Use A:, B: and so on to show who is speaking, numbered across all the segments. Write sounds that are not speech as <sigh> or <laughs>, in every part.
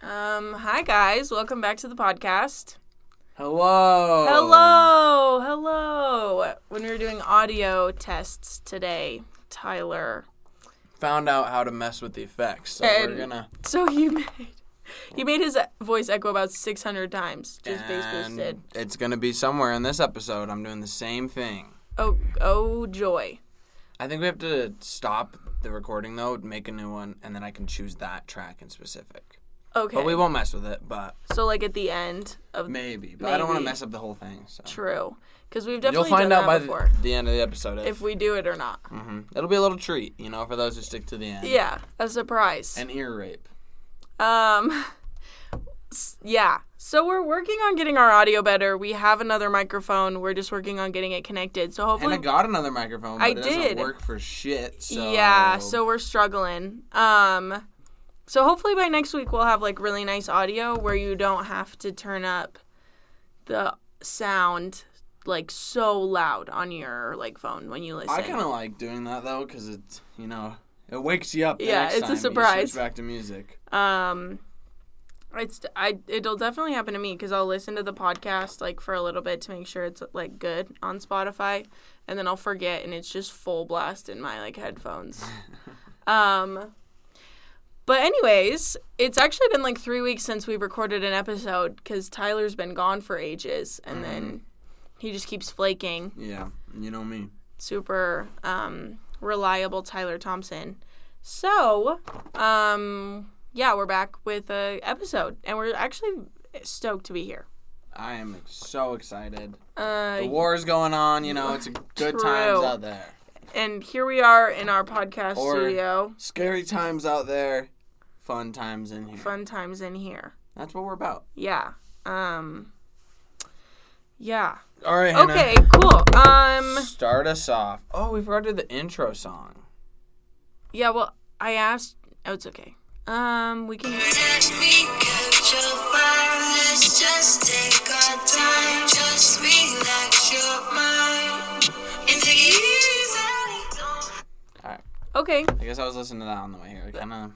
A: Um, hi guys, welcome back to the podcast.
B: Hello.
A: Hello, hello. When we were doing audio tests today, Tyler. <laughs>
B: Found out how to mess with the effects, so
A: And-
B: we're gonna
A: So he made he made his voice echo about six hundred times. Just basically
B: and
A: said,
B: It's gonna be somewhere in this episode. I'm doing the same thing.
A: "Oh, oh joy."
B: I think we have to stop the recording though, make a new one, and then I can choose that track in specific.
A: Okay.
B: But we won't mess with it. But
A: so like at the end of
B: maybe. But I don't want to
A: Maybe.
B: mess up the whole thing. So
A: true, because we've definitely
B: you'll find
A: done
B: out
A: that
B: by
A: before.
B: the, the end of the episode. If,
A: if we do it or not.
B: hmm it'll be a little treat, you know, for those who stick to the end.
A: Yeah, a surprise.
B: An ear rape.
A: Um, s- yeah. So we're working on getting our audio better. We have another microphone. We're just working on getting it connected. So
B: And
A: hopefully,
B: I got another microphone, but
A: I
B: it
A: did.
B: doesn't work for shit. So
A: yeah. So we're struggling. Um, so hopefully by next week we'll have like really nice audio where you don't have to turn up the sound like so loud on your like phone when you listen.
B: I kind of like doing that though, because it's you know it wakes you up. the
A: Yeah,
B: next
A: it's a
B: time you switch
A: surprise.
B: back to music.
A: um it's i it'll definitely happen to me because i'll listen to the podcast like for a little bit to make sure it's like good on spotify and then i'll forget and it's just full blast in my like headphones um but anyways it's actually been like three weeks since we recorded an episode because tyler's been gone for ages and then he just keeps flaking
B: Yeah, you know me.
A: super um, reliable Tyler Thompson. So, um, yeah, we're back with a episode, and we're actually stoked to be here.
B: I am so excited. The
A: Uh,
B: war's going on.
A: <laughs>
B: You know, it's a good times
A: True.
B: out there.
A: and here we are in our podcast
B: Or-
A: studio.
B: Scary times out there. Fun times in here.
A: Fun times in here.
B: That's what we're about.
A: Yeah. Um. Yeah.
B: All right, Hannah.
A: Okay. Cool. Um.
B: Start us off. Oh, we forgot to do the intro song.
A: Yeah. Well, I asked. Oh, it's okay. Um. We can.
C: Just be your fire. Let's just take our time. Just relax your mind. It's easy.
A: Okay.
B: I guess I was listening to that on the way here. I kind of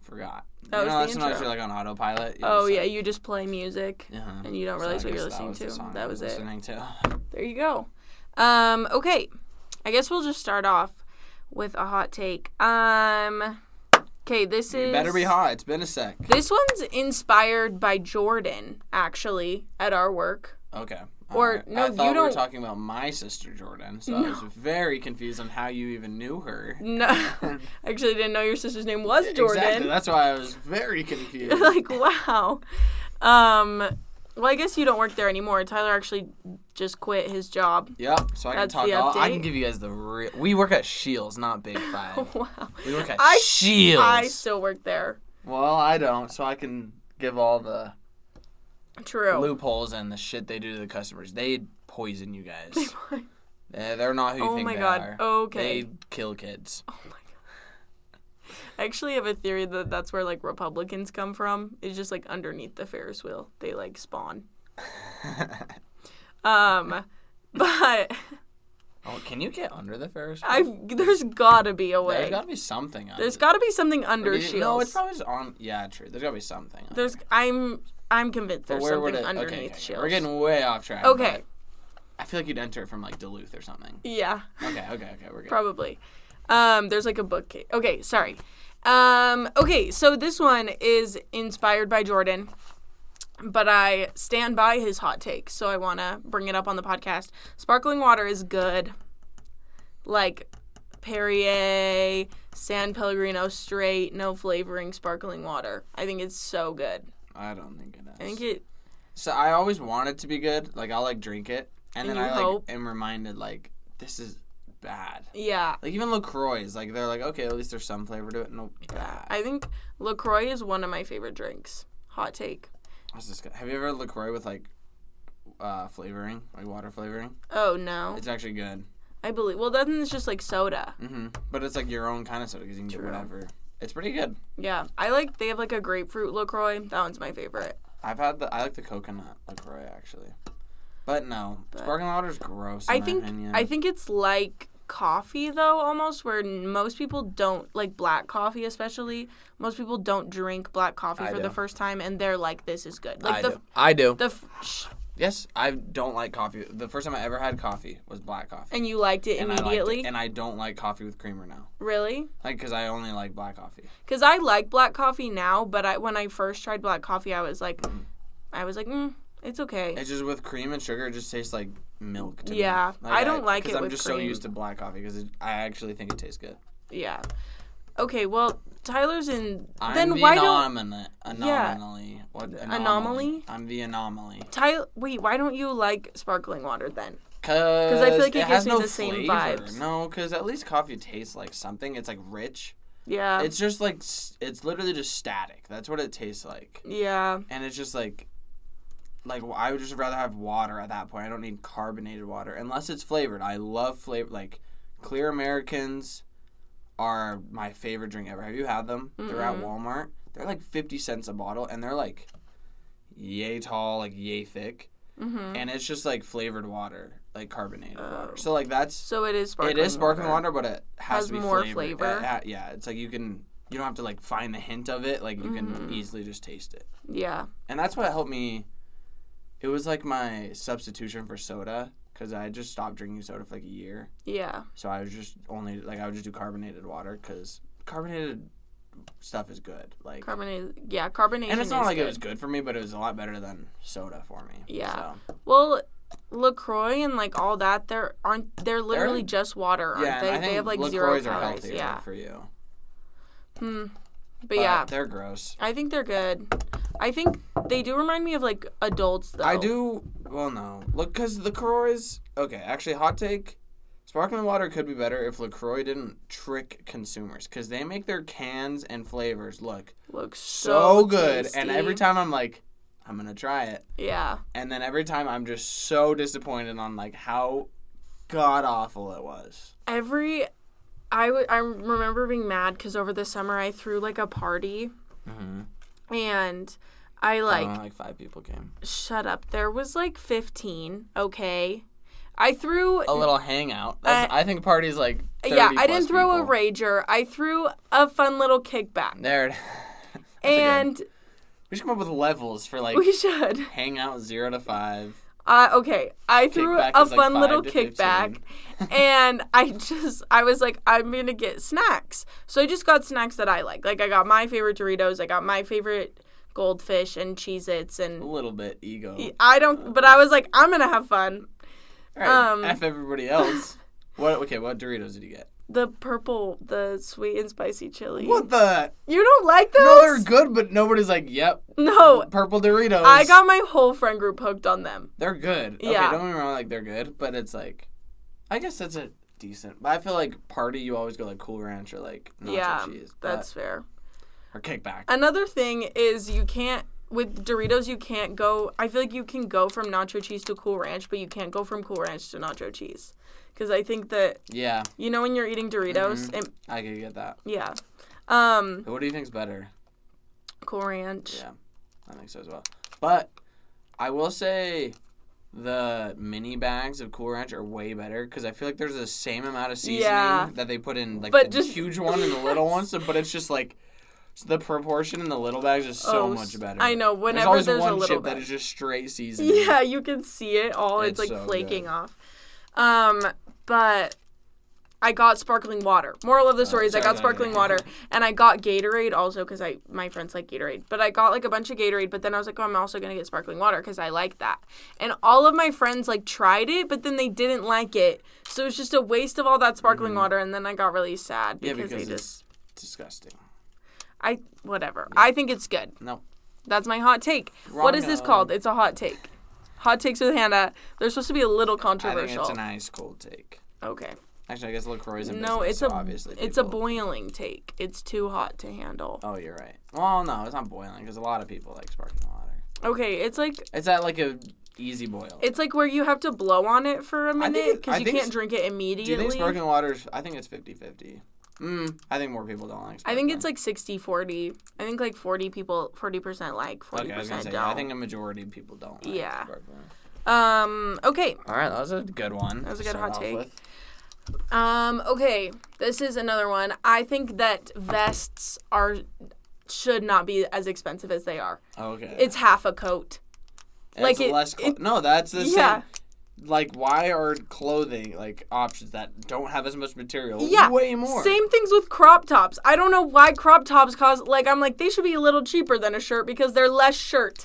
B: forgot.
A: That
B: you
A: was
B: know,
A: the
B: that's when I was
A: intro.
B: like on autopilot. you
A: Oh
B: just,
A: yeah.
B: like,
A: You just play music.
B: uh-huh.
A: And you don't
B: So I
A: realize what you're
B: guess
A: listening
B: the
A: to.
B: song I
A: That was it.
B: Listening to. <laughs>
A: There you go. Um, okay. I guess we'll just start off with a hot take. Um Okay, this is
B: It better be hot. It's been a sec.
A: This one's inspired by Jordan, actually, at our work.
B: Okay.
A: Or,
B: Alright.
A: no,
B: I thought
A: you
B: we were
A: don't-
B: talking about my sister Jordan, so I was very confused on how you even knew her. <laughs>
A: No I actually didn't know your sister's name was Jordan.
B: Exactly. That's why I was very
A: <laughs>
B: confused.
A: like, wow. Um well, I guess you don't work there anymore. Tyler actually just quit his job. <laughs>
B: yep. So I can
A: That's
B: talk.
A: the
B: All, I
A: update.
B: can give you guys the real. We work at Shields, not Big
A: <laughs>
B: Five.
A: Wow.
B: We work at
A: I-
B: Shields.
A: I still work there.
B: well, I don't, so I can give all the
A: True.
B: loopholes and the shit they do to the customers. They poison
A: <laughs>
B: you guys. Eh, They're not who you
A: Oh
B: think
A: my
B: they
A: God.
B: are.
A: Okay.
B: They kill kids.
A: I actually have a theory that that's where like Republicans come from. It's just like underneath the Ferris wheel, they like
B: <laughs>
A: spawn. um, but
B: Oh, can you get under the Ferris wheel?
A: I there's gotta be a
B: There's
A: way.
B: got to be something. Under
A: There's gotta be something under
B: Or do you- No, it's
A: shields.
B: probably just on. Yeah, true. There's gotta be something. on
A: There's I'm I'm convinced
B: there.
A: there's
B: Where would
A: something
B: it- okay,
A: underneath
B: okay, okay.
A: shields.
B: We're getting way off track.
A: Okay.
B: but I feel like you'd enter it from like Duluth
A: <laughs>
B: or something.
A: yeah,
B: Okay, okay, okay. We're good.
A: probably. Um, there's like a bookcase. Okay, sorry. Um, okay, so this one is inspired by Jordan. but I stand by his hot take, so I want to bring it up on the podcast. Sparkling water is good. Like Perrier, San Pellegrino straight, no flavoring sparkling water. I think it's so good.
B: I don't think it is.
A: I think it
B: so I always want it to be good. Like I'll like drink it, and,
A: And
B: then
A: you
B: I like
A: hope.
B: am reminded like this is bad.
A: yeah.
B: Like even Lacroix, like they're like okay, at least there's some flavor to it. No, bad.
A: I think LaCroix is one of my favorite drinks. Hot take.
B: What's this? Have you ever had Lacroix with like uh flavoring, like water flavoring?
A: Oh no.
B: It's actually good.
A: I believe well then it's just like soda.
B: hmm But it's like your own kind of soda because you can get whatever. It's pretty good.
A: Yeah. I like they have like a grapefruit LaCroix. That one's my favorite.
B: I've had the I like the coconut LaCroix actually. But no. Sparkling water's gross. In
A: I
B: my
A: think
B: opinion.
A: I think it's like coffee though almost where n- most people don't like black coffee especially most people don't drink black coffee
B: I
A: for
B: do.
A: the first time and they're like this is good like
B: I
A: the
B: do. I do.
A: the f- shh,
B: yes, I don't like coffee. The first time I ever had coffee was black coffee.
A: and you liked it
B: I liked it.
A: immediately
B: and I don't like coffee with creamer now.
A: really
B: Like, because I only like black coffee.
A: because I like black coffee now but I when I first tried black coffee I was like I was like mm, it's okay
B: Mm-hmm. It's just with cream and sugar, it just tastes like milk to me.
A: Yeah, I don't like
B: 'cause
A: it
B: I'm
A: with
B: just so
A: cream.
B: used to black coffee because I actually think it tastes good.
A: yeah okay well Tyler's in
B: I'm
A: then
B: the
A: why don't
B: anomala- anomaly. What, anomaly.
A: Anomaly?
B: I'm the anomaly.
A: Tyler wait why don't you like sparkling water then
B: Because
A: I feel like it gives
B: has
A: me
B: no
A: the same
B: flavor.
A: vibes.
B: No, because at least coffee tastes like something. It's like rich.
A: yeah
B: It's just like, s- it's literally just static. That's what it tastes like.
A: yeah
B: And it's just like, like I would just rather have water at that point. I don't need carbonated water unless it's flavored. I love flavor. Like, clear Americans are my favorite drink ever. Have you had them? They're at Walmart. They're like 50 cents a bottle and they're like yay tall, like yay thick.
A: mm-hmm.
B: and it's just like flavored water, like carbonated water. So like that's
A: So it is Oh. sparkling.
B: it is sparkling water, but it has,
A: Has
B: to be
A: more
B: flavored.
A: flavor.
B: It ha- yeah, it's like you can you don't have to like find the hint of it. Like you
A: Mm-hmm.
B: can easily just taste it,
A: Yeah.
B: and that's what helped me. It was like my substitution for soda because I just stopped drinking soda for like a year.
A: Yeah.
B: So I was just only like I would just do carbonated water because carbonated stuff is good. Like.
A: Carbonated. Yeah, carbonation.
B: and it's not
A: is
B: like
A: good.
B: it was good for me, but it was a lot better than soda for me.
A: Yeah.
B: So.
A: Well, Lacroix and like all that, they're aren't they're literally just water, aren't
B: Yeah, and
A: they?
B: I think
A: they have like
B: LaCroix
A: zero
B: are
A: calories.
B: healthier
A: yeah.
B: for you.
A: But,
B: But
A: yeah,
B: they're gross.
A: I think they're good. I think they do remind me of like adults though.
B: I do. Well, no, look, because Lacroix. Okay, actually, hot take. Sparkling water could be better if Lacroix didn't trick consumers, because they make their cans and flavors look
A: Look
B: so,
A: so,
B: good. And every
A: tasty.
B: time I'm like, I'm gonna try it,
A: Yeah.
B: and then every time I'm just so disappointed on like how god awful it was.
A: every I would I remember being mad because over the summer I threw like a party,
B: Mm-hmm.
A: and I like
B: Only, like five people came.
A: shut up. There was like fifteen. Okay, I threw.
B: A little hangout. That's, I think parties like. 30
A: yeah, I didn't
B: Oh, plus
A: throw a
B: people.
A: rager. I threw a fun little kickback,
B: There. It,
A: and <laughs>
B: we should come up with levels for like
A: we should.
B: hang out zero to five.
A: Uh, okay, I threw
B: Kickback
A: a
B: is, like,
A: fun
B: five
A: little
B: to
A: kickback, and I just I was like, I'm gonna get snacks. So I just got snacks that I like. Like I got my favorite Doritos, I got my favorite goldfish and Cheez-Its,
B: A
A: and
B: little bit ego.
A: I don't. But I was like, I'm gonna have fun.
B: All right,
A: um,
B: F
A: <laughs>
B: everybody else. what? Okay, what Doritos did you get?
A: The purple, the sweet and spicy chili.
B: What the?
A: You don't like those?
B: No, they're good, but nobody's like, yep,
A: No,
B: purple Doritos.
A: I got my whole friend group hooked on them.
B: They're good.
A: Yeah.
B: Okay, don't get me wrong, like they're good, but it's like, I guess that's a decent. But I feel like party, you always go like Cool Ranch or like nacho
A: yeah,
B: cheese. but-
A: that's fair.
B: or kickback.
A: Another thing is you can't with Doritos you can't go. I feel like you can go from nacho cheese to Cool Ranch, but you can't go from Cool Ranch to nacho cheese. Because I think that
B: yeah,
A: you know when you're eating Doritos, and
B: I could get that.
A: yeah, um,
B: What do you think's better?
A: Cool Ranch.
B: Yeah, I think so as well. But I will say the mini bags of Cool Ranch are way better because I feel like there's the same amount of seasoning
A: Yeah.
B: that they put in, like
A: But
B: the
A: just-
B: huge one and the little one. So, but it's just like so the proportion in the little bags is so
A: Oh,
B: much
A: s-
B: better.
A: I know, whenever
B: always
A: there's a
B: one
A: little
B: chip that
A: bag.
B: is just straight seasoning.
A: Yeah, you can see it all. It's,
B: It's
A: like
B: so good.
A: flaking off. Um, but I got sparkling water. Moral of the story is I
B: Oh, sorry
A: got
B: about
A: sparkling
B: that.
A: water and I got Gatorade also because I my friends like Gatorade. But I got like a bunch of Gatorade. But then I was like, oh, I'm also gonna get sparkling water because I like that. And all of my friends like tried it, but then they didn't like it. So it was just a waste of all that sparkling water. And then I got really sad
B: Mm-hmm. Yeah,
A: because,
B: because
A: they
B: it's
A: just
B: disgusting.
A: I whatever. I think it's good.
B: No,
A: That's my hot take. what is this
B: Wrong.
A: called? It's a hot take. Hot takes with Hannah. They're supposed to be a little
B: I think
A: controversial.
B: it's an ice cold take.
A: okay.
B: Actually, I guess Lacroix is a
A: No,
B: business,
A: it's
B: so
A: a
B: obviously
A: it's a
B: people-
A: boiling take. It's too hot to handle.
B: Oh, you're right. Well, no, it's not boiling because a lot of people like sparkling water.
A: Okay, it's like
B: It's at like a easy boil.
A: it's like where you have to blow on it for a
B: think
A: minute
B: it-
A: because
B: I
A: you
B: think
A: can't
B: s-
A: drink it
B: Do you
A: immediately.
B: think sparkling water is? I think it's 50 50. Mm, I think more people don't like
A: I
B: sparkling.
A: think it's like 60-40. I think like 40 people 40% like, 40%
B: Okay, I was gonna say,
A: don't.
B: yeah, I think a majority of people don't like
A: Yeah.
B: sparkling.
A: um okay.
B: All right, that was a good one. That
A: was a good hot take. Um, okay, this is another one. I think that vests are should not be as expensive as they are.
B: Okay.
A: It's half a coat.
B: And
A: like
B: it's a
A: it-
B: less. Cl-
A: it-
B: no, that's the
A: yeah.
B: same. Like, why are clothing like options that don't have as much material?
A: Yeah.
B: Way more.
A: Same things with crop tops. I don't know why crop tops cost like I'm like they should be a little cheaper than a shirt because they're less
B: <laughs>
A: shirt.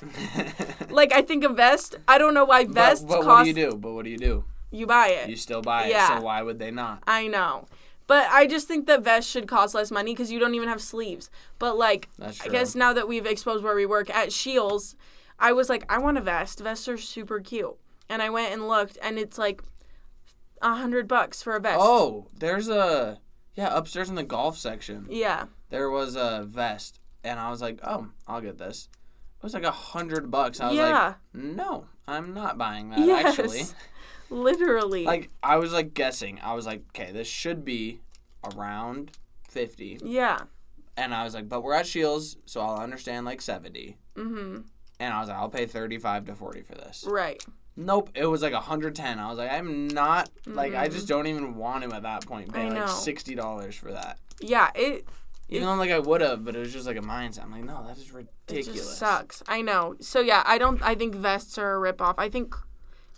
A: like I think a vest, I don't know why vests
B: but but
A: cost
B: what do you do? But what do you do?
A: you buy it.
B: You still buy it.
A: Yeah.
B: So why would they not?
A: I know. But I just think that vests should cost less money because you don't even have sleeves. But like,
B: That's
A: I
B: true.
A: guess now that we've exposed where we work at Shields, I was like, I want a vest. Vests are super cute. And I went and looked, and it's like a hundred bucks for a vest.
B: Oh, there's a yeah upstairs in the golf section.
A: yeah,
B: There was a vest, and I was like, oh, I'll get this. It was like a hundred bucks. I was
A: Yeah.
B: like, no, I'm not buying that.
A: Yes.
B: Actually,
A: literally.
B: <laughs> like I was like guessing. I was like, okay, this should be around fifty,
A: yeah,
B: and I was like, but we're at Shields, so I'll understand like seventy.
A: mm-hmm.
B: And I was like, I'll pay thirty-five to forty for this.
A: right.
B: Nope, it was like 110. I was like, I'm not like I just don't even want to at that point pay
A: Mm-hmm. I know.
B: like sixty dollars for that.
A: Yeah, it
B: Even though like I would have, but it was just like a mindset. I'm like, no, that is
A: it
B: ridiculous.
A: just sucks. I know. So yeah, I don't. I think vests are a ripoff. I think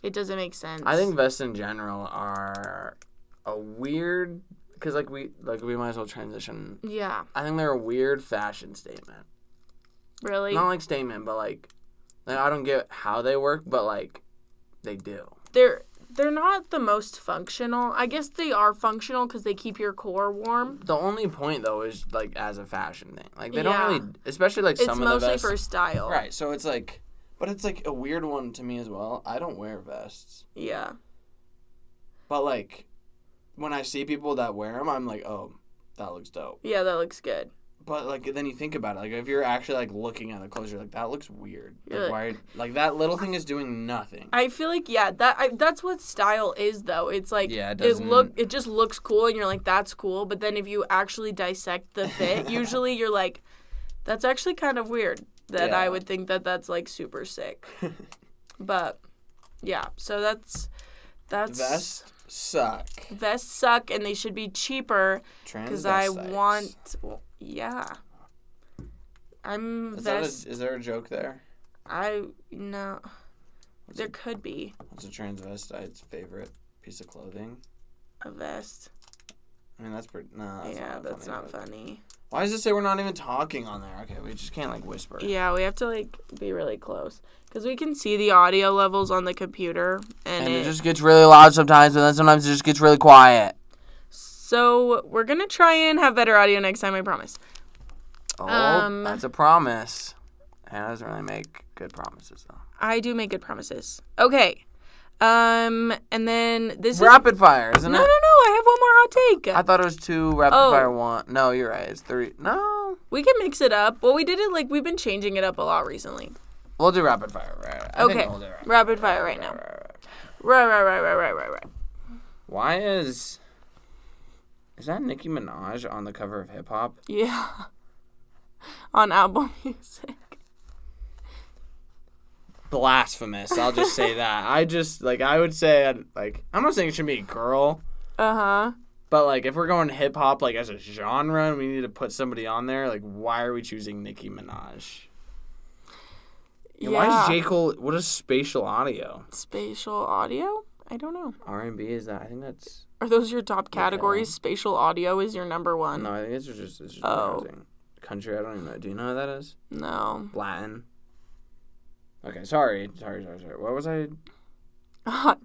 A: it doesn't make sense.
B: I think vests in general are a weird because like we like we might as well transition.
A: Yeah,
B: I think they're a weird fashion statement.
A: really.
B: Not like statement, but like like I don't get how they work, but like they do.
A: they're they're not the most functional. I guess they are functional because they keep your core warm.
D: The only point though is like as a fashion thing. Like they
A: Yeah.
D: don't really, especially like
A: It's
D: some of the
A: mostly
D: vests.
A: for style.
B: Right, so it's like, but it's like a weird one to me as well. I don't wear vests.
A: Yeah.
B: But like, when I see people that wear them, I'm like, oh, that looks dope.
A: Yeah, that looks good.
B: But like, then you think about it. Like, if you're actually like looking at the clothes, you're like, that looks weird.
A: Yeah.
B: Like, why? Like that little thing is doing nothing.
A: I feel like yeah, that I, that's what style is though. It's like
B: Yeah, it
A: look
B: doesn't-
A: it just looks cool and you're like that's cool, but then if you actually dissect the fit,
B: <laughs>
A: usually you're like that's actually kind of weird that I
B: Yeah.
A: would think that that's like super
B: <laughs>
A: sick. but yeah, so that's that's
B: Vests suck.
A: vests suck and they should be cheaper because I
B: Transvestites.
A: want. Well, yeah. I'm
B: Is, that a,
A: vest.
B: is there a joke there?
A: I no.
B: What's
A: There
B: a-
A: could be
B: What's a transvestite's favorite piece of clothing?
A: a vest.
B: I mean, that's pretty. No, that's
A: yeah,
B: not a
A: that's
B: funny
A: not
B: joke.
D: <laughs>
A: funny.
B: Why does it say we're not even talking on there? Okay, we just can't like whisper.
A: Yeah, we have to like be really close because we can see the audio levels on the computer, and,
D: And it
A: it-
D: just gets really loud sometimes, and then sometimes it just gets really quiet.
A: so we're gonna try and have better audio next time. I promise.
D: Oh,
A: Um,
D: that's a promise. Hannah doesn't really make good promises though.
A: I do make good promises. Okay. Um, and then this is
D: Rapid fire, isn't
A: no, no, no.
D: it?
A: I have one more hot take.
D: I thought it was two rapid
A: Oh.
D: fire one. No, you're right. It's three. No,
A: We can mix it up. Well, we did it like we've been changing it up a lot recently.
D: we'll do rapid fire. Right? I think
A: Okay.
D: we'll do rapid
A: Rapid fire right now. Right, right, right, right, right, right, <laughs> right.
D: Why is is that Nicki Minaj on the cover of Hip Hop?
A: Yeah. On album <laughs> music.
D: Blasphemous. I'll just
A: <laughs>
D: say that. I just like I would say I'd, like I'm not saying it should be a girl,
A: Uh huh.
D: but like if we're going hip hop like as a genre and we need to put somebody on there, like why are we choosing Nicki Minaj?
A: Yeah.
D: And Why is J Cole? What is spatial audio?
A: Spatial audio? I don't know.
D: R and B is that? I think that's
A: Are those your top categories? Spatial audio is your number one.
D: no. I think it's just it's just
A: Oh.
D: browsing. country. I don't even know. Do you know what that is?
A: No. <laughs>
D: Latin. Okay, sorry, sorry, sorry, sorry. What was I?
A: Hot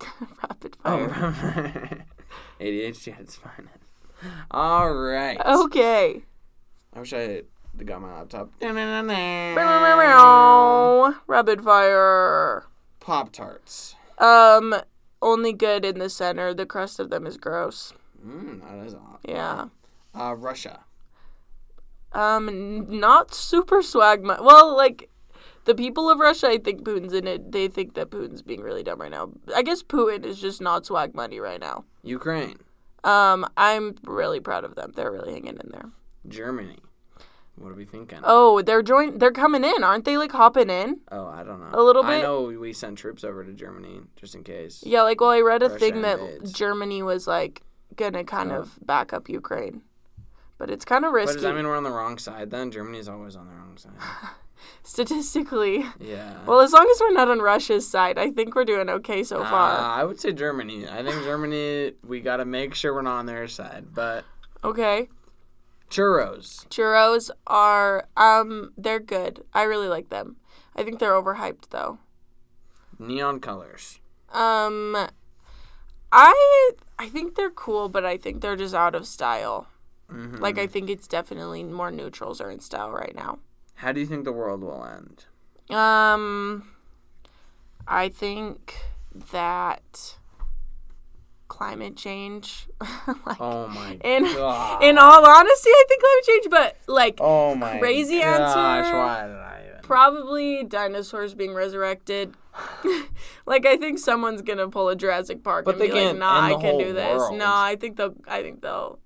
A: rapid fire.
D: <laughs> Oh, ADHD at its finest. All right.
A: Oh. Okay.
D: I wish I had got my
A: <laughs>
D: laptop.
A: Meow, meow, meow. Rapid fire.
B: Pop tarts.
A: Um, only good in the center. The crust of them is gross.
D: Hmm,
B: Mm, that is odd.
A: Yeah.
B: Uh, Russia.
A: Um, n- not super swag. Mu- well, like the people of Russia, I think Putin's in it. They think that Putin's being really dumb right now. I guess Putin is just not swag money right now.
D: Ukraine,
A: Um, I'm really proud of them. They're really hanging in there.
D: Germany. What are we thinking? Oh,
A: Oh, they're join. They're coming in, aren't they? Like hopping in.
B: Oh,
D: I don't know.
A: A little
D: I
A: bit?
D: know we sent troops over to Germany just in case.
A: Yeah. Like, well, I read a
D: Russia
A: thing that
D: invades.
A: Germany was like gonna kind of back up Ukraine, but it's kind of
B: But
A: risky.
B: does that mean we're on the wrong side then? Germany's always on the
A: <sighs>
B: wrong side.
A: Statistically,
B: <laughs> Yeah.
A: well, as long as we're not on Russia's side, I think we're doing okay so
B: Uh,
A: far.
B: I would say Germany. I think Germany, we got to make sure we're not on their side. But
A: Okay,
B: churros.
A: churros are um they're good. I really like them. I think they're overhyped though.
B: Neon colors.
A: Um, I I think they're cool, but I think they're just out of style.
B: Mm-hmm.
A: Like I think it's definitely more neutrals are in style right now.
B: How do you think the world will end?
A: Um, I think that climate change, <laughs> like
B: Oh my
A: in
B: god.
A: in all honesty, I think climate change, but like
B: oh my
A: crazy
B: gosh,
A: answer.
B: Why did I even?
A: probably dinosaurs being resurrected. <laughs> like I think someone's gonna pull a Jurassic Park
B: But
A: and
B: they
A: be like,
B: can't
A: "Nah,
B: end
A: I
B: the
A: can
B: whole
A: do this."
B: world.
A: Nah, I think they'll. I think they'll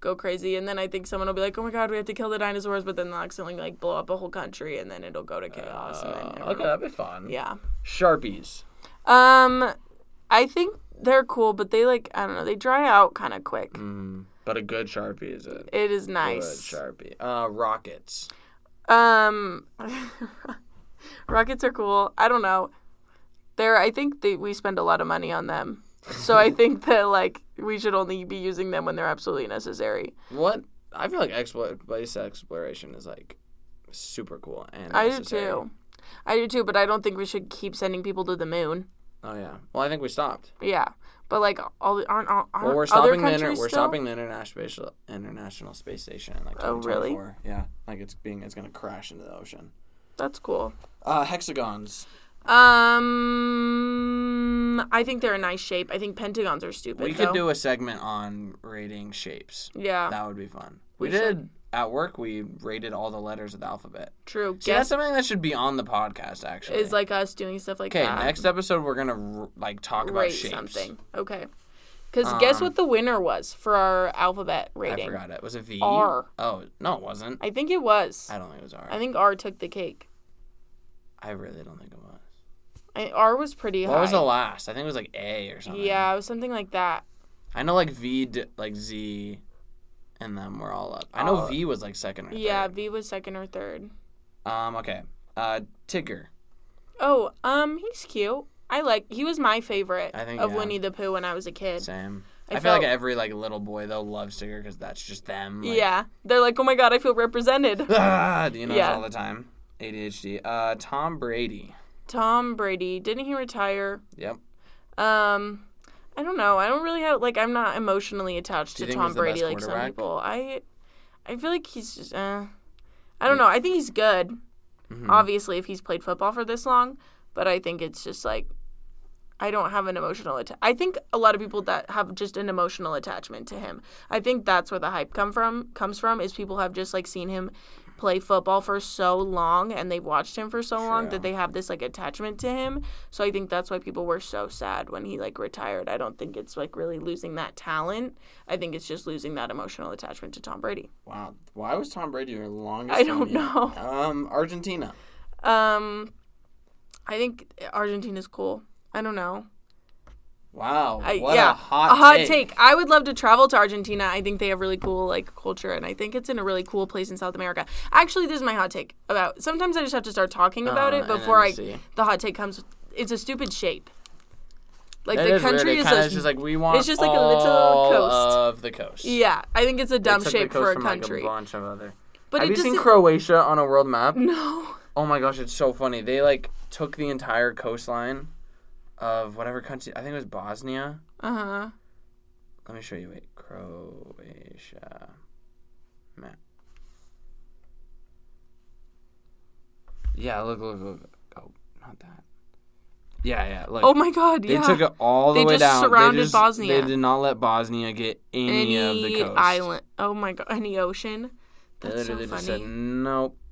A: go crazy, and then I think someone will be like, "Oh my God, we have to kill the dinosaurs," but then they'll accidentally like blow up a whole country, and then it'll go to chaos. and then
B: Uh, okay,
A: everyone-
B: that'd be fun.
A: Yeah.
B: Sharpies.
A: Um, I think they're cool, but they like I don't know. They dry out kind of quick.
B: Mm. But a good sharpie is a
A: It is
B: good
A: nice.
B: sharpie. Uh, rockets.
A: Um, <laughs> rockets are cool. I don't know. They're I think that we spend a lot of money on them, so
B: <laughs>
A: I think that like we should only be using them when they're absolutely necessary.
B: What? I feel like explo- space exploration is like super cool and
A: I do
B: necessary.
A: too. I do too, but I don't think we should keep sending people to the moon.
B: Oh yeah. Well, I think we stopped.
A: Yeah, but like all the- aren't all aren't
B: Well, we're
A: other
B: stopping the
A: countries
B: inter- we're
A: still?
B: stopping the international space international space station in like
A: Oh, really?
B: 2024. Yeah, like it's being it's gonna crash into the ocean.
A: That's cool.
B: Uh, hexagons.
A: Um, I think they're in nice shape. I think pentagons are stupid.
B: we
A: though.
B: could do a segment on rating shapes.
A: Yeah,
B: That would be fun. We,
A: should.
B: did at work. We rated all the letters of the alphabet.
A: true.
B: See, that's
A: Guess
B: something that should be on the podcast. Actually,
A: is like us doing stuff like
B: okay.
A: that.
B: Next episode, we're gonna r- like talk about
A: rate
B: shapes. Um,
A: something. Okay. Because guess what the winner was for our alphabet
B: I
A: rating?
B: forgot it was a V.
A: R.
B: Oh no, it wasn't.
A: I think it was.
B: I don't think it was R.
A: I think R took the cake.
B: I really don't think it was.
A: I, R was pretty high.
B: What was the last? I think it was like A or something.
A: yeah, it was something like that.
B: I know like V, d- like Z, and them were all up. I know V was like second or third.
A: Uh, Yeah, V was second or third.
B: Um. Okay. Uh. Tigger.
A: Oh, um, he's cute. I like. He was my favorite
B: I think,
A: of
B: yeah.
A: Winnie the Pooh when I was a kid.
B: Same.
A: I
B: I, feel like
A: felt-
B: every like little boy though loves Tigger because that's just them. like,
A: yeah, they're like, oh my god, I feel represented.
B: <laughs> "Ah," you know it's
A: Yeah.
B: all the time. ADHD. Uh. Tom Brady.
A: Tom Brady didn't he retire?
B: Yep.
A: Um, I don't know. I don't really have like I'm not emotionally attached
B: Do
A: to
B: you think
A: Tom
B: he's the best
A: Brady like some
B: quarterback?
A: people. I I feel like he's just uh, I don't know. I think he's good. Obviously, if he's played football for this long, but I think it's just like I don't have an emotional atta- I think a lot of people that have just an emotional attachment to him. I think that's where the hype come from comes from is people have just like seen him play football for so long and they've watched him for so long that they have this like attachment to him. So I think that's why people were so sad when he like retired. I don't think it's like really losing that talent. I think it's just losing that emotional attachment to Tom Brady.
B: Wow. Why was Tom Brady your longest?
A: I don't
B: teammate?
A: know.
B: Um. Argentina.
A: Um I think Argentina's cool. I don't know.
B: Wow.
A: I,
B: what
A: yeah,
B: a hot take.
A: I would love to travel to Argentina. I think they have really cool like culture, and I think it's in a really cool place in South America. Actually, this is my hot take about. Sometimes I just have to start talking about
B: Uh,
A: it
B: and then
A: before I
B: see.
A: the hot take comes. It's a stupid shape. Like
B: That
A: the
B: is weird.
A: country
B: It
A: is
B: kinda
A: a,
B: just like we want.
A: just like a little
B: all
A: coast.
B: of the coast.
A: yeah. I think it's a dumb
B: Except the
A: shape
B: coast
A: for a
B: from, like,
A: country.
B: bunch of other.
A: but
B: Have
A: it
B: you
A: doesn't.
B: seen Croatia on a world map?
A: no.
B: Oh my gosh, it's so funny. They like took the entire coastline of whatever country. I think it was Bosnia.
A: Uh huh.
B: Let me show you. Wait, Croatia map. Yeah, look, look, look. Oh, not that. Yeah, yeah. Look.
A: Oh my God.
B: They
A: yeah.
B: took it all the
A: They
B: way
A: just
B: down.
A: surrounded
B: they just,
A: Bosnia.
B: They did not let Bosnia get
A: any
B: any, of the coast.
A: island. Oh my God. Any ocean.
B: They
A: That's so
B: literally
A: funny.
B: just said nope. <laughs>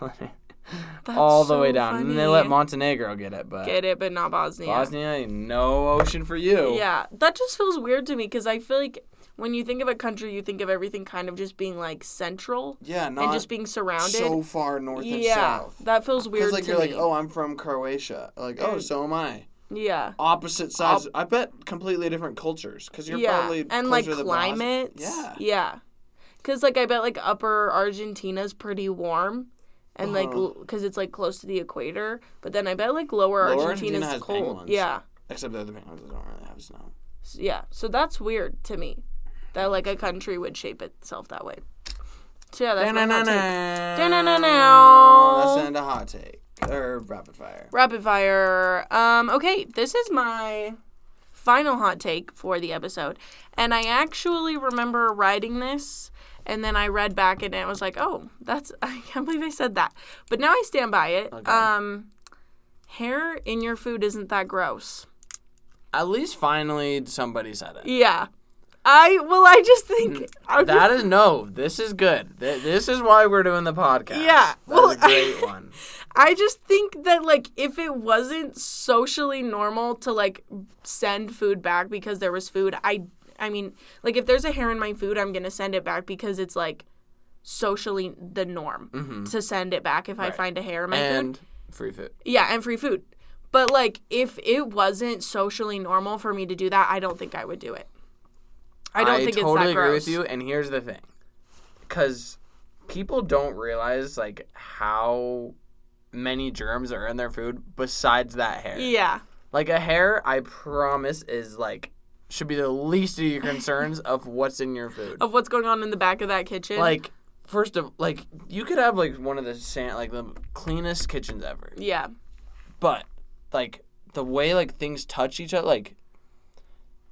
A: That's
B: all the way
A: so
B: down, and they let
A: funny.
B: Montenegro get it, but
A: Get it, but not Bosnia.
B: Bosnia, ain't no ocean for you.
A: Yeah, that just feels weird to me because I feel like when you think of a country, you think of everything kind of just being like central
E: Yeah, not
A: and just being surrounded.
E: so far north and
A: yeah,
E: south.
B: Uh,
A: that feels weird
E: like
A: to
E: you're
A: me. Mm.
E: like, oh, I'm from Croatia. Like, oh, so am I.
A: Yeah.
B: opposite sides. I bet completely different cultures because you're
A: yeah.
B: probably
A: and like
B: closer to the Bos-
A: climates.
B: Yeah.
A: Yeah. Cuz like I bet like upper Argentina's pretty warm and like
B: Uh-huh.
A: l- cuz it's like close to the equator, but then I bet like lower,
B: Lower
A: Argentina's
B: Argentina has
A: cold.
B: penguins.
A: Yeah.
B: Except the other penguins don't really have snow.
A: S- Yeah. So that's weird to me that like a country would shape itself that way. So yeah, that's my hot take. Da-na-na-na.
B: That's the end of hot take or rapid fire.
A: Rapid fire. Um, okay, this is my final hot take for the episode. And I actually remember writing this and then I read back and it was like, oh, that's <laughs> I can't believe I said that. But now I stand by it. Um hair in your food isn't that gross.
B: At least finally somebody said it.
A: Yeah. I well I just think I just-
B: That is no. This is good. Th- This is why we're doing the podcast.
A: Yeah,
B: That's
A: well, <laughs>
B: a great one.
A: I just think that like if it wasn't socially normal to like send food back because there was food, I I mean, like if there's a hair in my food, I'm going to send it back because it's like socially the norm to send it back if I find a hair in my food.
B: Mm-hmm. And free food.
A: Yeah, and free food. But like if it wasn't socially normal for me to do that, I don't think I would do it. I don't think
B: totally
A: it's that
B: agree
A: gross.
B: with you. And here's the thing, because people don't realize like how many germs are in their food besides that hair.
A: Yeah.
B: Like a hair, I promise, is like should be the least of your concerns of what's in your food.
A: Of what's going on in the back of that kitchen.
B: Like first of like you could have like one of the san- like the cleanest kitchens ever,
A: yeah.
B: but like the way like things touch each other, like.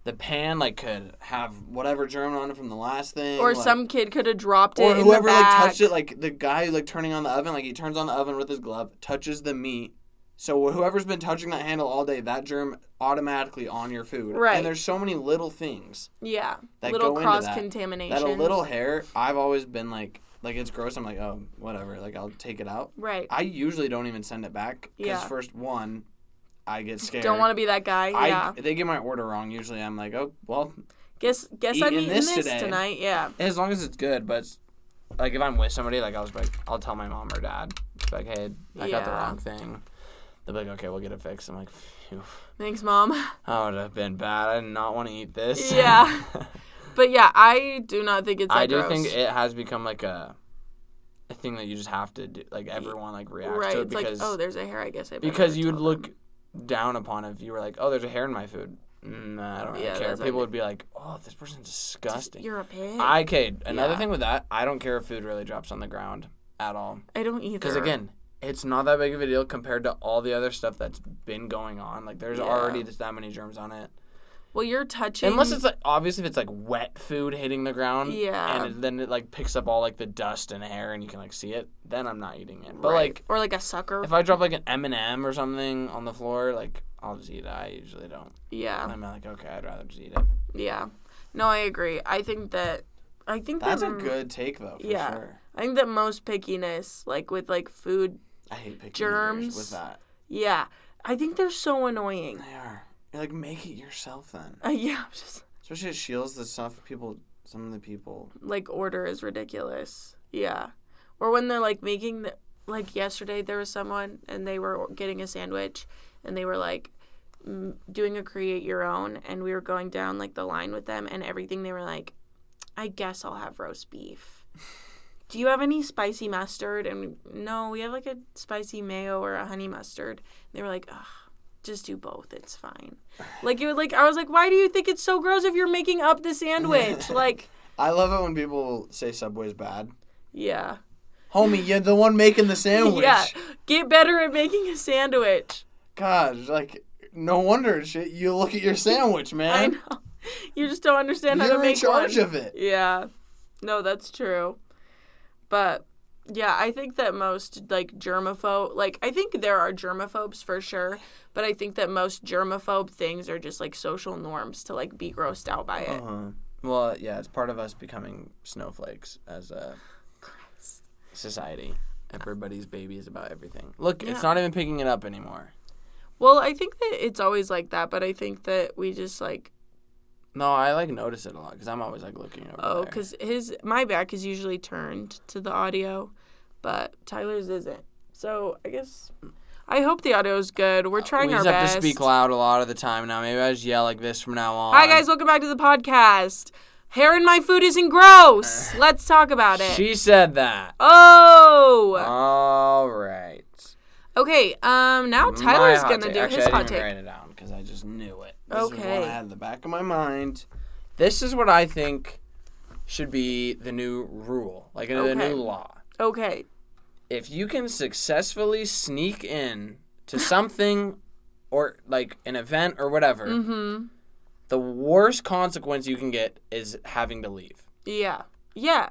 B: The pan like could have whatever germ on it from the last thing,
A: Or
B: like-
A: some kid could have dropped it
B: or
A: in
B: whoever
A: the
B: like
A: back.
B: touched it like the guy like turning on the oven like he turns on the oven with his glove touches the meat so whoever's been touching that handle all day that germ automatically on your food
A: Right.
B: and there's so many little things
A: Yeah.
B: that
A: little
B: go
A: cross
B: into that
A: contamination.
B: that a little hair i've always been like like it's gross i'm like oh whatever like i'll take it out
A: right.
B: i usually don't even send it back because
A: Yeah.
B: first one i get scared
A: Don't want to be that guy.
B: I,
A: yeah.
B: they get my order wrong usually i'm like oh well
A: Guess guess I'm
B: eating
A: eating this,
B: this today.
A: tonight. Yeah.
B: As long as it's good, but it's- like if I'm with somebody, like I was like, I'll tell my mom or dad, It's like, hey, I got the
A: Yeah.
B: wrong thing. They'll be like, okay, we'll get it fixed. I'm like, phew,
A: Thanks,
B: <laughs>
A: mom. <laughs>
B: that would have been bad. I did not want to eat this.
A: Yeah. but yeah, I do not think it's. That
B: <laughs> I do
A: gross.
B: think it has become like a, a thing that you just have to do. Like everyone like reacts
A: right.
B: to it
A: It's like
B: because
A: oh, there's a hair. I guess I better
B: because you would
A: tell
B: look
A: them.
B: down upon it if you were like, oh, there's a hair in my food. Mm, Nah, I don't really
A: Yeah,
B: care.
A: that's like-
B: People would be like, oh, this person's disgusting.
A: You're a pig. I,
B: I okay. Another
A: Yeah.
B: thing with that, I don't care if food really drops on the ground at all.
A: don't either.
B: Because again, it's not that big of a deal compared to all the other stuff that's been going on. Like there's
A: Yeah.
B: already just that many germs on it.
A: well, you're touching.
B: Unless it's like obviously if it's like wet food hitting the ground,
A: Yeah.
B: and it, then it like picks up all like the dust and hair, and you can like see it. Then I'm not eating it. But
A: right.
B: like
A: or like a sucker.
B: if I drop like an M and m or something on the floor, like I'll just eat it. I usually don't.
A: yeah.
B: I'm like okay, I'd rather just eat it.
A: Yeah. No, I agree. I think that. I think
B: That's a
A: that,
B: good take though. For
A: Yeah.
B: sure.
A: I think that most pickiness, like with like food,
B: I hate picking
A: Germs.
B: germs with that.
A: yeah, I think they're so annoying. <laughs>
B: They are. You're like make it yourself then.
A: Uh, yeah, I'm just
B: Especially at Shields, the stuff people, some of the people
A: like order is ridiculous. Yeah. Or when they're like making the like yesterday there was someone and they were getting a sandwich and they were like m- doing a create your own and we were going down like the line with them and everything they were like I guess I'll have roast beef. Do you have any spicy mustard? And we, no, we have like a spicy mayo or a honey mustard. And they were like, Ugh, just do both. It's fine. Like it would like I was like, why do you think it's so gross if you're making up the sandwich? Like,
B: I love it when people say Subway's bad.
A: yeah.
B: Homie, you're the one making <laughs> the sandwich.
A: Yeah, get better at making a sandwich.
B: God, like, no wonder shit. You look at your sandwich,
A: I
B: man.
A: know. <laughs> You just don't understand how to
B: You're in
A: make
B: charge
A: one.
B: of it.
A: yeah. No, that's true. But yeah, I think that most like germaphobe, like I think there are germaphobes for sure, but I think that most germaphobe things are just like social norms to like be grossed out by it.
B: Uh-huh. Well, yeah, it's part of us becoming snowflakes as a society. Everybody's babies about everything. Look,
A: Yeah.
B: it's not even picking it up anymore.
A: Well, I think that it's always like that, but I think that we just like
B: No, I like notice it a lot because I'm always like looking over.
A: oh,
B: there.
A: because his my back is usually turned to the audio, but Tyler's isn't. So I guess I hope the audio is good. We're trying
B: Uh, we
A: our
B: just have
A: best.
B: to speak loud a lot of the time now. Maybe I just yell like this from now on.
A: Hi guys, welcome back to the podcast. Hair in my food isn't
B: <sighs>
A: gross. Let's talk about it.
D: She said that.
B: Uh,
A: oh.
D: All right.
A: Okay. Um. Now
D: My
A: Tyler's
D: hot
A: gonna
D: take.
A: do
D: Actually,
A: his
D: I didn't
A: hot
D: even
A: take.
D: write it down.
B: because I just knew it. This is
A: Okay.
B: what I had in the back of my mind. This is what I think should be the new rule, like
D: Okay.
B: the new law.
A: Okay.
B: If you can successfully sneak in to something, or like an event or whatever,
A: Mm-hmm.
B: the worst consequence you can get is having to leave.
A: Yeah. Yeah.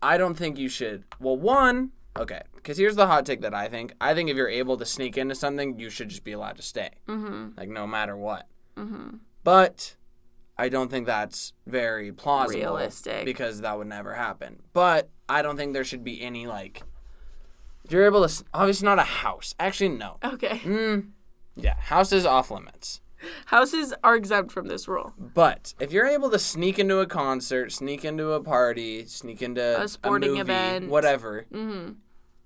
B: I don't think you should. Well, one, okay, because here's the hot take that I think. I think if you're able to sneak into something, you should just be allowed to stay,
A: Mm-hmm.
B: like no matter what.
A: Mm-hmm.
B: But I don't think that's very plausible.
A: Realistic.
B: Because that would never happen. But I don't think there should be any, like, if you're able to, s- obviously not a house.
A: <laughs>
B: Actually, no.
A: Okay.
B: Mm, yeah, houses off limits.
A: Houses are exempt from this rule.
B: But if you're able to sneak into a concert, sneak into a party, sneak into a
A: sporting
B: movie,
A: event.
B: whatever,
A: Mm-hmm.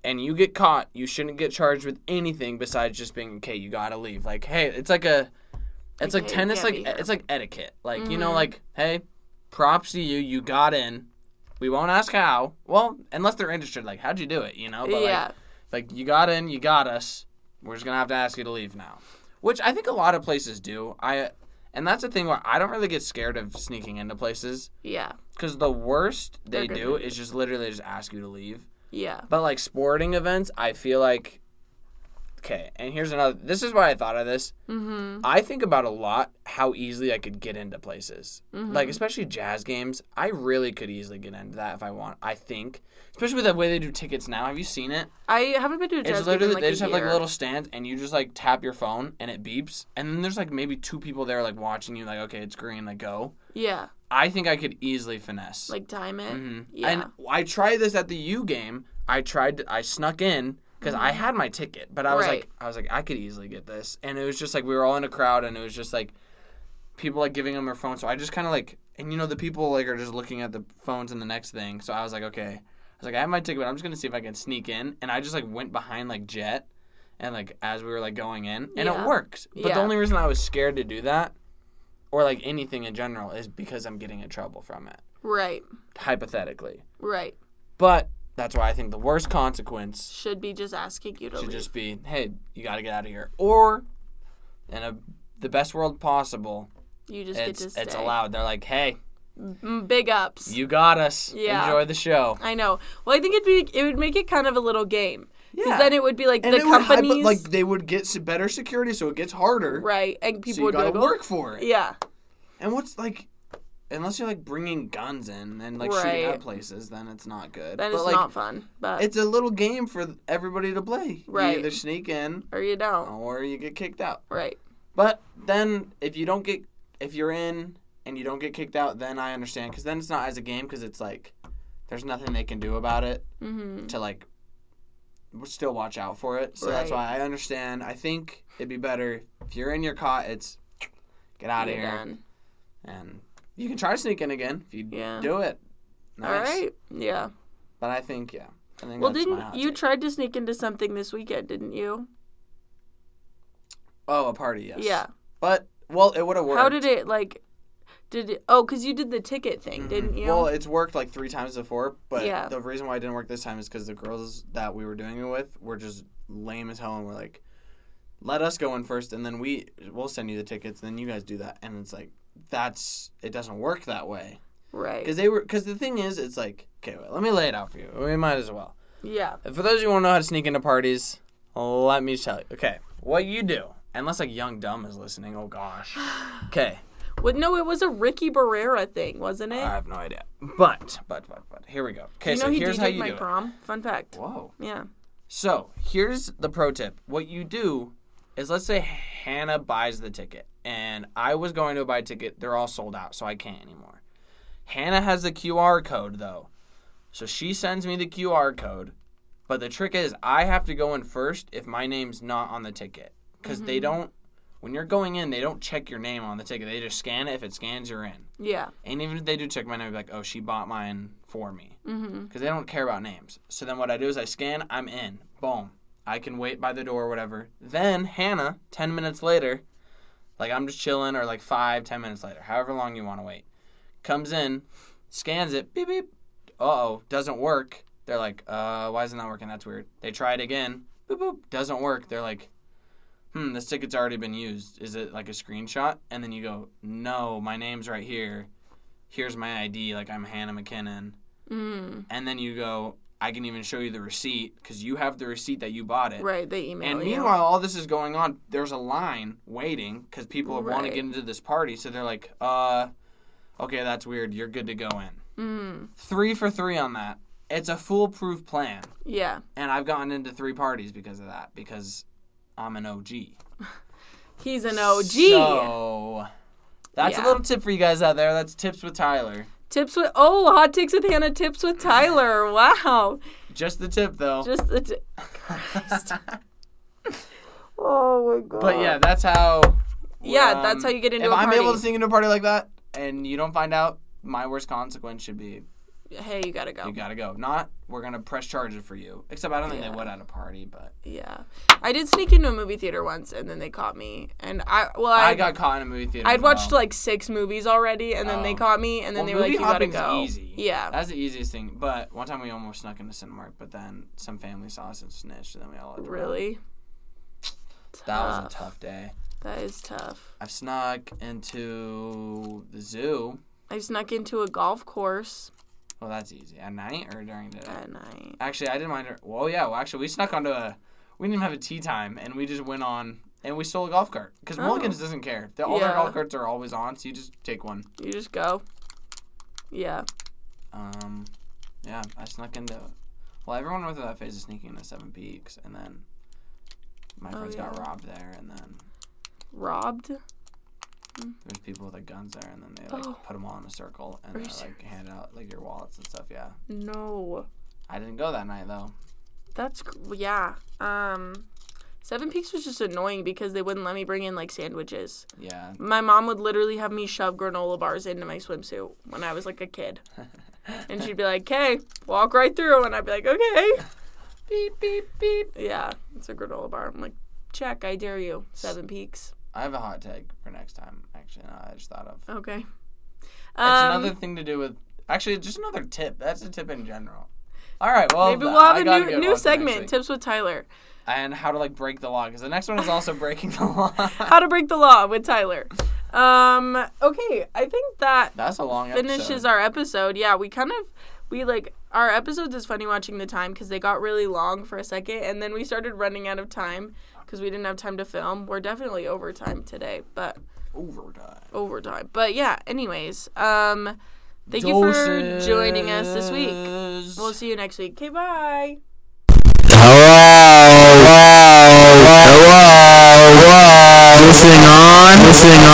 B: and you get caught, you shouldn't get charged with anything besides just being okay. You gotta leave. Like, hey, it's like a, it's like
A: Okay, you
B: tennis.
A: can't
B: Like
A: be here.
B: it's like etiquette. Like you
A: Mm-hmm.
B: know, like hey, props to you. You got in. We won't ask how. Well, unless they're interested. Like, how'd you do it? You know. But
A: Yeah.
B: Like, like you got in. You got us. We're just gonna have to ask you to leave now. Which I think a lot of places do. I, and that's the thing where I don't really get scared of sneaking into places
A: yeah.
B: because the worst they
A: They're
B: do
A: gonna-
B: is just literally just ask you to leave.
A: Yeah.
B: But like sporting events, I feel like okay. And here's another. This is why I thought of this.
A: Mm-hmm.
B: I think about a lot how easily I could get into places,
A: Mm-hmm.
B: like especially jazz games. I really could easily get into that if I want. I think, especially with the way they do tickets now. Have you seen it?
A: I haven't been to a jazz
B: It's
A: gig in
B: literally
A: like
B: they
A: a
B: just have like
A: year.
B: little stands, and you just like tap your phone, and it beeps, and then there's like maybe two people there like watching you, like okay, it's green, like go.
A: Yeah.
B: I think I could easily finesse.
A: Like time it.
B: Mhm.
A: Yeah.
B: And I tried this at the U game. I tried. I snuck in because I had my ticket, but I was
A: Mm-hmm. Right.
B: like, I was like, I could easily get this. And it was just like we were all in a crowd, and it was just like people like giving them their phone. So I just kind of like, and you know, the people like are just looking at the phones and the next thing. So I was like, okay. I was like, I have my ticket, but I'm just gonna see if I can sneak in. And I just like went behind like Jet, and like as we were like going in, and
A: Yeah.
B: it worked. But
A: Yeah.
B: the only reason I was scared to do that, or like anything in general, is because I'm getting in trouble from it.
A: Right.
B: Hypothetically.
A: Right.
B: But that's why I think the worst consequence
A: Should be just asking you to
B: should
A: leave.
B: just be, hey, you got to get out of here. Or, in a, the best world possible,
A: you just get to
B: it's
A: stay.
B: it's allowed. They're like, hey,
A: Mm, Big ups.
B: you got us.
A: Yeah.
B: Enjoy the show.
A: I know. Well, I think it'd be it would make it kind of a little game. Because
B: Yeah.
A: then it would be like the companies,
B: they would get better security, so it gets harder.
A: right? And people
B: So you
A: would be
B: got
A: like,
B: to
A: "Oh."
B: work for it.
A: Yeah,
B: And what's like, unless you're like bringing guns in and like shooting
A: Right.
B: at places, then it's not good.
A: then
B: but
A: it's
B: like,
A: not fun. But
B: it's a little game for everybody to play.
A: Right.
B: You either sneak in
A: or you don't,
B: or you get kicked out.
A: right?
B: But then if you don't get if you're in and you don't get kicked out, then I understand because then it's not as a game because it's like there's nothing they can do about it
A: Mm-hmm.
B: to like w- still watch out for it. So that's
A: Right.
B: why I understand. I think it'd be better if you're in your cot. It's get out of
A: You're
B: here
A: done.
B: and you can try to sneak in again if you
A: Yeah.
B: do it. Nice.
A: All right. Yeah.
B: But I think yeah. I think
A: Well,
B: that's my
A: didn't
B: hot
A: you
B: take.
A: tried to sneak into something this weekend? Didn't you?
B: oh, a party. Yes.
A: Yeah.
B: But well, it would have worked.
A: How did it like? Did it, oh, because you did the ticket thing, didn't you?
B: Mm-hmm. Well, it's worked like three times before, but
A: Yeah.
B: the reason why it didn't work this time is because the girls that we were doing it with were just lame as hell and were like, "Let us go in first, and then we we'll send you the tickets, then you guys do that." And it's like that's it doesn't work that way
A: right.
B: because they were because the thing is it's like okay, wait, let me lay it out for you. We might as well.
A: Yeah.
B: For those of you who want to know how to sneak into parties, let me tell you. Okay, what you do unless like young dumb is listening.
A: <sighs>
B: Oh gosh. Okay.
A: Well, no, it was a Ricky Barrera thing, wasn't it?
B: I have no idea. But, but, but, but, here we go. Okay,
A: you know
B: so
A: he
B: here's
A: DJ'd
B: how you
A: my
B: do it.
A: prom. Fun fact.
B: Whoa.
A: Yeah.
B: So here's the pro tip. What you do is let's say Hannah buys the ticket, and I was going to buy a ticket. They're all sold out, so I can't anymore. Hannah has the QR code though, so she sends me the QR code. But the trick is, I have to go in first if my name's not on the ticket, because they don't. When you're going in, they don't check your name on the ticket. They just scan it. If it scans, you're in.
A: Yeah.
B: And even if they do check my name, they'd be like, oh, she bought mine for me. Because
A: Mhm.
B: they don't care about names. So then what I do is I scan, I'm in. Boom. I can wait by the door or whatever. Then Hannah, 10 minutes later, like I'm just chilling or like five, 10 minutes later, however long you want to wait, comes in, scans it, beep, beep. Uh oh, doesn't work. They're like, uh, why isn't that working? That's weird. They try it again, boop, boop, doesn't work. They're like, hmm, this ticket's already been used. Is it like a screenshot? And then you go, no, my name's right here. Here's my ID. Like I'm Hannah McKinnon
A: Mm,
B: and then you go, I can even show you the receipt because you have the receipt that you bought it.
A: right, they email
B: And
A: you.
B: meanwhile, all this is going on. There's a line waiting because people want to
A: Right.
B: get into this party. So they're like, uh, okay, that's weird. You're good to go in.
A: mm,
B: Three for three on that. It's a foolproof plan.
A: yeah,
B: And I've gotten into three parties because of that because I'm an OG.
A: he's an OG.
B: So that's a
A: Yeah.
B: little tip for you guys out there. That's tips with Tyler.
A: Tips with oh, hot takes with Hannah. Tips with
B: <laughs>
A: Tyler. Wow,
B: Just the tip, though.
A: just the.
B: <laughs>
A: T-
D: Oh my god.
B: But yeah, that's how.
A: Yeah, that's how you get into
B: If
A: a
B: I'm able
A: party.
B: to sing into a party like that, and you don't find out, my worst consequence should be
A: hey, you gotta go.
B: you gotta go. Not we're gonna press charges for you. Except I don't think
A: Um, Yeah.
B: they would at a party, but
A: yeah, I did sneak into a movie theater once, and then they caught me. And I well, I,
B: I, got caught in a movie theater.
A: I'd
B: as
A: watched
B: well.
A: like six movies already, and then they
B: Oh.
A: caught me, and then
B: Well,
A: they were like,
B: movie
A: "You gotta
B: hopping's
A: go."
B: Easy.
A: Yeah,
B: that's the easiest thing. But one time we almost snuck into Cinemark, but then some family saw us and snitched, and then we all had to run.
A: really. Ah.
B: That was a tough day.
A: That is tough.
B: I've snuck into the zoo.
A: I snuck into a golf course
B: Well, that's easy. At night or during the day.
A: at night.
B: Actually, I didn't mind. her- Well, yeah. Well, actually, we snuck onto a. We didn't even have a tea time, and we just went on and we stole a golf cart because Mulligans doesn't care. They- all their
A: Oh. Yeah.
B: golf carts are always on, so you just take one.
A: You just go. Yeah.
B: Um, yeah, I snuck into. Well, everyone went through that phase of sneaking into Seven Peaks, and then my friends got
A: Oh, yeah.
B: robbed there, and then
A: Robbed.
B: there's people with like guns there, and then they like
A: Oh.
B: put them all in a circle and
A: Are
B: they
A: you
B: like hand out like your wallets and stuff. Yeah,
A: No.
B: I didn't go that night though.
A: That's cr- yeah. Um, Seven Peaks was just annoying because they wouldn't let me bring in like sandwiches.
B: Yeah,
A: My mom would literally have me shove granola bars into my swimsuit when I was like a
B: <laughs>
A: kid, and she'd be like, "Okay, walk right through," and I'd be like, "Okay."
B: beep beep beep.
A: Yeah, it's a granola bar. I'm like, check. I dare you. Seven Peaks.
B: I have a hot take for next time. Actually, no, I just thought of.
A: Okay.
B: It's
A: Um,
B: another thing to do with. Actually, just another tip. That's a tip in general. All right. Well,
A: maybe
B: th-
A: we'll have
B: I
A: a
B: got
A: new
B: good one for
A: new
B: next
A: segment:
B: week.
A: tips with Tyler.
B: and how to like break the law because the next one is also breaking the <laughs> law.
A: How to break the law with Tyler. Um, okay, I think that
B: That's a long
A: finishes
B: episode.
A: our episode. Yeah, we kind of we like our episodes is funny watching the time because they got really long for a second, and then we started running out of time because we didn't have time to film. We're definitely over time today, but
B: Overtime.
A: overtime. But yeah, anyways, um, thank you for joining us this week.
B: Doses.
A: We'll see you next week. Okay, bye.
F: Hello, hello, hello. Listening on, listening on.